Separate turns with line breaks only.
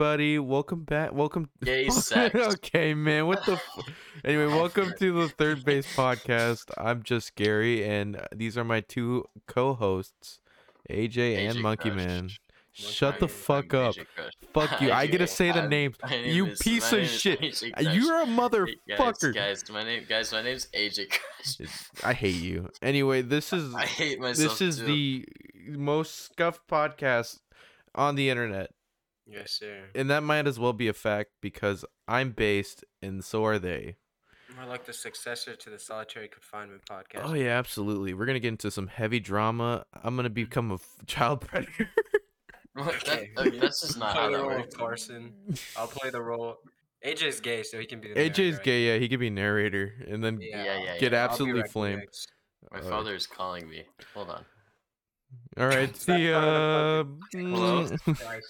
everybody. Welcome back. Welcome.
Gay sex.
okay, man. What the? F- anyway, welcome to the Third Base Podcast. I'm just Gary, and these are my two co-hosts, AJ, and
AJ
Monkey
Kush.
Man.
Monkey
Shut the
I'm-
fuck
I'm
up.
AJ Kush.
Fuck you. I get to
Anyway,
say the
I'm-
names.
my name
You
is-
piece
my
of
name is
shit.
AJ Kush.
You're a
Hey,
motherfucker.
Guys, guys, my name, guys, my name's AJ Kush.
I hate you. Anyway, this is
I hate myself.
this is
too.
the most scuffed podcast on the internet.
Yes, sir.
and that might as well be a fact because I'm based and so are they.
More like the successor to the solitary confinement podcast.
Oh yeah, absolutely. We're gonna get into some heavy drama. I'm
Mm-hmm.
gonna become a f- child predator.
What, that,
Okay.
okay, that's just not
Play
how
the
that
role
works.
of Carson. I'll play the role. AJ's gay, so he can be the.
AJ's
narrator,
gay. Yeah, he could be narrator, and then
Yeah.
Yeah, yeah, yeah.
get
right? I'll be
absolutely
right
flamed.
next.
My
Uh,
father is calling me. Hold on.
All right,
That
the
part
uh,
of
Hello?
mm,
Christ.